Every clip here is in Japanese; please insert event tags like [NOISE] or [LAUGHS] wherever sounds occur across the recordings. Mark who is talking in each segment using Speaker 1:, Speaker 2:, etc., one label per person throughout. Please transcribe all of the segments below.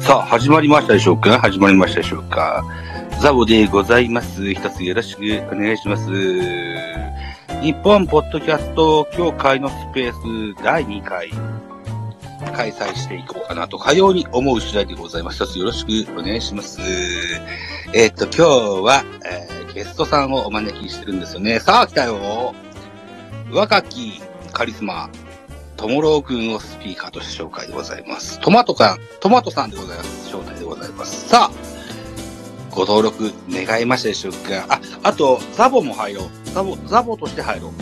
Speaker 1: さあ、始まりましたでしょうか始まりましたでしょうかザボでございます。一つよろしくお願いします。日本ポッドキャスト協会のスペース第2回開催していこうかなと、かように思う次第でございます。一つよろしくお願いします。えーっと、今日は、えーゲストさんをお招きしてるんですよね。さあ、来たよ若きカリスマ、トモロー君をスピーカーとして紹介でございます。トマトか、トマトさんでございます。招待でございます。さあ、ご登録願いましたでしょうかあ、あと、ザボも入ろう。ザボ、ザボとして入ろう。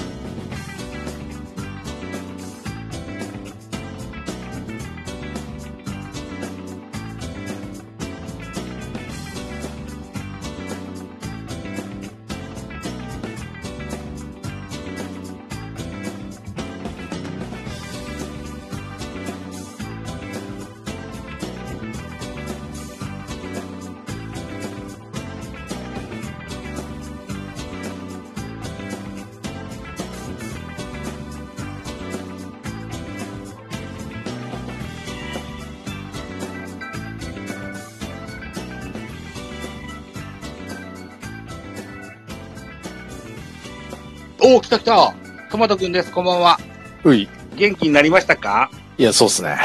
Speaker 1: おー、来た来たトマトくんです。こんばんは。
Speaker 2: うい。
Speaker 1: 元気になりましたか
Speaker 2: いや、そうっすね。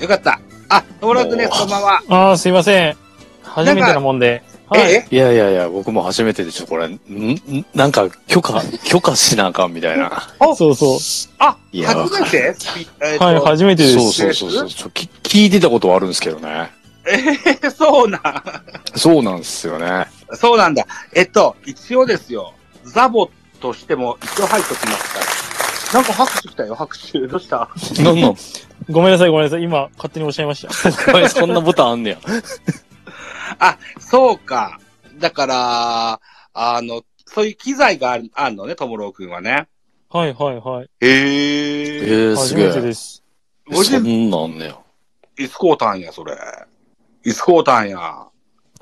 Speaker 1: よかった。あ、トモロー君です。
Speaker 2: おー
Speaker 1: こんばんは。
Speaker 3: ああ、すいません。初めてなもんで。はい。
Speaker 1: え
Speaker 2: いやいやいや、僕も初めてでしょ、これ。んんなんか、許可、 [LAUGHS] 許可しなあかんみたいな。
Speaker 3: そうそう。
Speaker 1: あ、
Speaker 2: いや
Speaker 1: 初めてスピえーと
Speaker 3: はい、初めてで
Speaker 2: そう
Speaker 3: す。
Speaker 2: そうそうそうちょき聞いてたことはあるんですけどね。
Speaker 1: え [LAUGHS] そうなん。
Speaker 2: そうなんですよね。
Speaker 1: そうなんだ。えっと、一応ですよ。ザボとしても一応入っときますから。なんか拍手来たよ、拍手。どうした
Speaker 2: なんなん
Speaker 3: ごめんなさい、ごめんなさい。今、勝手におっしゃいました。
Speaker 2: お前そんなボタンあんねや。
Speaker 1: そうか。だから、あの、そういう機材があるあるのね、ともろうくんはね。
Speaker 3: はい、はい、はい。
Speaker 2: え
Speaker 1: へえ。
Speaker 2: ー、す
Speaker 3: 初
Speaker 2: げ
Speaker 3: めて
Speaker 2: え。
Speaker 3: です。
Speaker 1: ごじ
Speaker 2: そんなんあんねや。
Speaker 1: いつこうたんや、それ。いつこうたんや。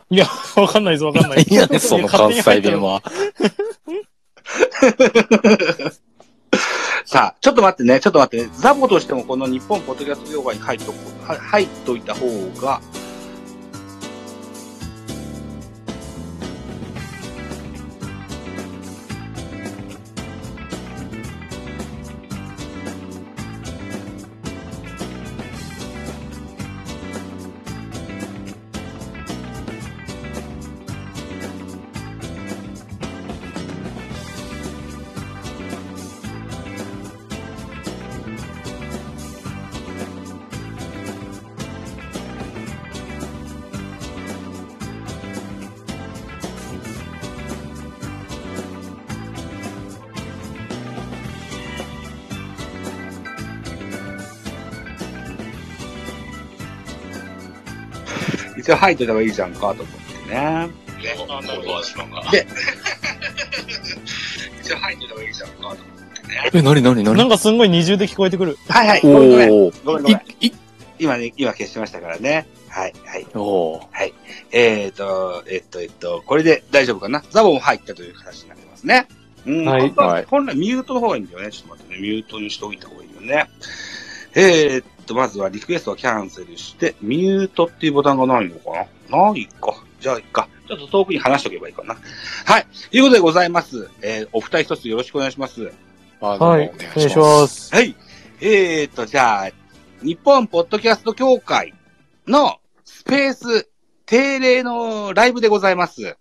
Speaker 3: いや、わかんないです、わかんない。
Speaker 2: [LAUGHS] いやね、その関西弁は。
Speaker 1: さあ、ちょっと待ってね、ちょっと待ってね。ザボとしてもこの日本ポッドキャスト業界に入っとこう、は入っといた方が、一応入っといた方がいいじゃんか、と思ってね。ね
Speaker 3: あなるほど知らんか
Speaker 1: で、 [LAUGHS] 一応入っといた方がいいじゃんか、と思って。
Speaker 2: え、なになにな
Speaker 3: な
Speaker 2: に
Speaker 3: んかすんごい二重で聞こえてくる。
Speaker 1: はいはい、
Speaker 2: お
Speaker 1: ごめんごめん。
Speaker 2: ー。
Speaker 1: ごめんごめん。
Speaker 2: い、い、
Speaker 1: 今ね、今消しましたからね。はい、はい。
Speaker 2: おー。
Speaker 1: えっ、と、えっ、と、えっ、と、これで大丈夫かなザボも入ったという形になりますね。うん、
Speaker 3: はい
Speaker 1: 本当
Speaker 2: はい
Speaker 1: 本来ミュートの方がいいんだよね。ちょっと待ってね。ミュートにしておいた方がいいよね。えっ、と、まずはリクエストをキャンセルして、ミュートっていうボタンがないのかなないか。じゃあ、いっか。ちょっと遠くに話しておけばいいかな。はい。ということでございます。えーお二人一つよろしくお願いします。
Speaker 2: あどうも
Speaker 3: はい。お願いしま。す。
Speaker 1: はい。えー、と、じゃあ、日本ポッドキャスト協会のスペース定例のライブでございます。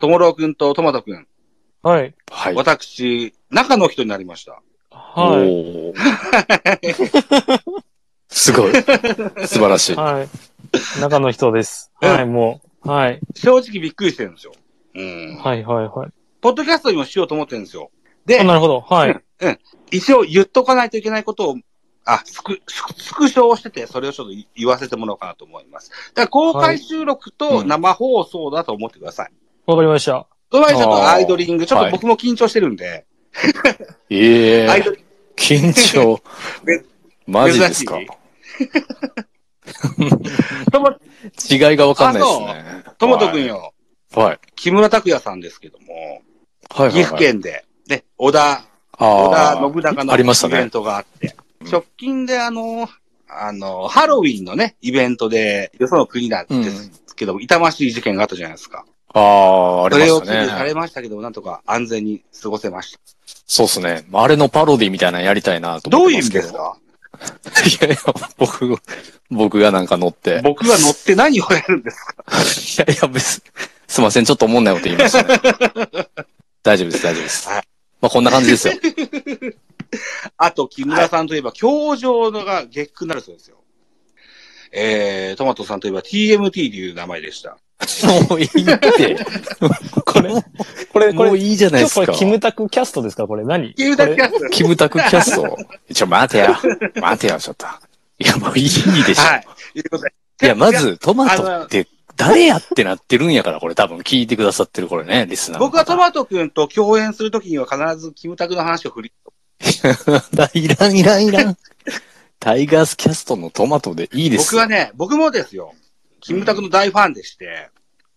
Speaker 1: ともろうくんととまとくん、
Speaker 3: はい。
Speaker 2: はい。
Speaker 1: 私、中の人になりました。
Speaker 3: はい。
Speaker 2: おー
Speaker 1: [LAUGHS]
Speaker 2: すごい。素晴らしい。
Speaker 3: はい。中の人です。はい、もう。はい。
Speaker 1: 正直びっくりしてるんですよ。うん。
Speaker 3: はい、はい、はい。
Speaker 1: ポッドキャストにもしようと思ってるんですよ。
Speaker 3: あ
Speaker 1: で、
Speaker 3: なるほど。はい。
Speaker 1: 一応言っとかないといけないことを、あ、スク、スクスクショをしてて、それをちょっと言わせてもらおうかなと思います。だから公開収録
Speaker 2: は
Speaker 1: と
Speaker 2: いうん
Speaker 1: 生放送だと思ってください。
Speaker 3: わかりました。
Speaker 1: その前にちょっとアイドリング、ちょっと僕も緊張してるんで、
Speaker 2: ええ
Speaker 1: アイドリング
Speaker 2: 緊張
Speaker 1: [LAUGHS] め。
Speaker 2: マジですか
Speaker 1: 珍しとも、
Speaker 2: 違いがわかんないですね。
Speaker 1: ともとくんよ、
Speaker 2: はい。はい。
Speaker 1: 木村拓哉さんですけども、
Speaker 2: はいはいはい。
Speaker 1: 岐阜県で、で、織田、織
Speaker 2: あ
Speaker 1: 田
Speaker 2: ー
Speaker 1: 信長
Speaker 2: ありまし
Speaker 1: の
Speaker 2: た
Speaker 1: イベン
Speaker 2: ね。
Speaker 1: トがあって、
Speaker 2: うん
Speaker 1: 直近であの、あの、ハロウィンのね、イベントで、よその国なんですけど、痛ましい事件があったじゃないですか。
Speaker 2: ああ、あ
Speaker 1: そ
Speaker 2: りま
Speaker 1: れを
Speaker 2: し
Speaker 1: 機にさ
Speaker 2: たね。
Speaker 1: れましたけど、なんとか安全に過ごせました。
Speaker 2: そうっすね。あれのパロディみたいなのやりたいなと
Speaker 1: ど
Speaker 2: 思っ
Speaker 1: う
Speaker 2: て
Speaker 1: いう意
Speaker 2: ま
Speaker 1: 味
Speaker 2: すけ
Speaker 1: で
Speaker 2: ど。
Speaker 1: すか
Speaker 2: いやいや、僕、僕がなんか乗って。
Speaker 1: 僕が乗って何をやるんですか
Speaker 2: いやいや、別に、すいません、ちょっと思んないこと言いましたね。
Speaker 1: [LAUGHS]
Speaker 2: 大丈夫です、大丈夫です。
Speaker 1: はい
Speaker 2: まあ、こんな感じですよ。
Speaker 1: [LAUGHS] あと、木村さんといえば、教場のが月9になるそうですよ。えー、トマトさんといえば TMT という名前でした。
Speaker 2: もういいって。これ、
Speaker 3: これ、こ
Speaker 2: もう
Speaker 3: れ、
Speaker 2: いいじゃない
Speaker 3: 今
Speaker 2: で
Speaker 3: 日
Speaker 2: す
Speaker 3: こ
Speaker 2: か
Speaker 3: れ、。キムタクキャストですかこれ何
Speaker 1: キムタクキャ
Speaker 3: ス
Speaker 1: スト
Speaker 2: キムタクキャスト。ちょ、待てや。待てや、ちょっと。いや、もういいでしょ。
Speaker 1: はい。ということで
Speaker 2: い、や、まず、トマト
Speaker 1: あの
Speaker 2: って、誰やってなってるんやから、これ多分聞いてくださってる、これね、リスナーの方。
Speaker 1: 僕はトマト君と共演するときには必ずキムタクの話を振り、
Speaker 2: [LAUGHS] いらん、いらん、いらん。タイガースキャストのトマトでいいです。
Speaker 1: 僕はね、僕もですよ、キムタクの大ファンでして、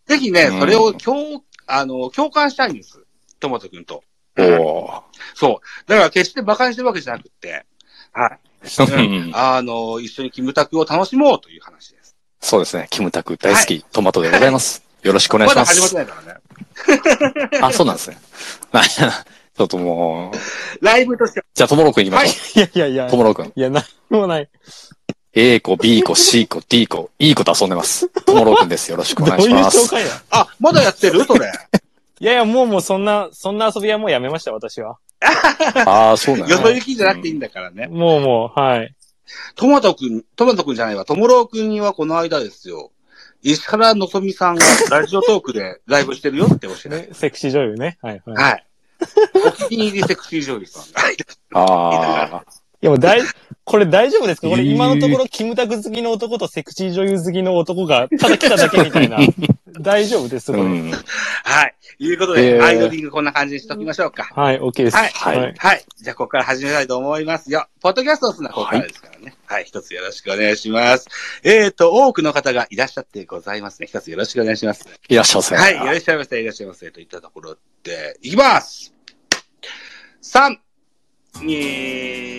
Speaker 1: ぜひね
Speaker 2: う、ん
Speaker 1: それを共、あの、共感したいんです。トマト君と。
Speaker 2: おー
Speaker 1: そう。だから決して馬鹿にしてるわけじゃなくって、はい。
Speaker 2: [LAUGHS] うん
Speaker 1: あの、一緒にキムタクを楽しもうという話です。
Speaker 2: そうですね。キムタク大好き、トマトでございます。よろしくお願
Speaker 1: ま
Speaker 2: いしま
Speaker 1: だ始まって
Speaker 2: す。
Speaker 1: ないからね。
Speaker 2: あ、そうなんですね。まあ [LAUGHS] ちょっともう、
Speaker 1: ライブとしては
Speaker 2: じゃあ、ともろくん行きましょ
Speaker 3: いやいやいや
Speaker 2: う。と。もろくん。
Speaker 3: いや、なんもない。
Speaker 2: A 子、B 子、C 子、D 子、E 子と遊んでます。ともろくんです。よろしく
Speaker 3: ど
Speaker 2: お
Speaker 3: ういう
Speaker 2: 願いします
Speaker 3: 紹。介や
Speaker 1: あ、まだやってるそ [LAUGHS] れ。
Speaker 3: いやいや、もうもうそんな、そんな遊びはもうやめました、私は。
Speaker 2: ああ、そうなん
Speaker 1: よ
Speaker 2: や
Speaker 1: そ行きじゃなくていいんだからね。
Speaker 3: もうもう、はい。
Speaker 1: トマト君、トマト君じゃないわ、トモロー君にはこの間ですよ、石原のぞみさんがラジオトークでライブしてるよって教えて。
Speaker 3: セクシー女優ね。はい、はい。い
Speaker 1: はい。お気に入りセクシー女優 [LAUGHS] さんが。
Speaker 2: ああ。
Speaker 3: や、もう大、これ大丈夫ですかこれ
Speaker 2: えー
Speaker 3: 今のところ、キムタク好きの男とセクシー女優好きの男が、ただ来ただけみた
Speaker 2: [LAUGHS]
Speaker 3: いな。大丈夫です、こ
Speaker 2: う
Speaker 3: れ。
Speaker 2: ん。
Speaker 1: はい。いうことで、
Speaker 2: えー
Speaker 1: アイドリングこんな感じにしときましょうか。
Speaker 3: はい、OK です。
Speaker 1: はい
Speaker 2: はい
Speaker 1: はい。じゃあ、ここから始めたいと思いますよ。ポッドキャストをするのはここからですからね。はい。一つよろしくお願いします。えーと、多くの方がいらっしゃってございますね。一つよろしくお願いします。
Speaker 2: いらっしゃいませ。
Speaker 1: はい、いらっしゃいませ、いらっしゃいませ、といったところで、いきます !3、2、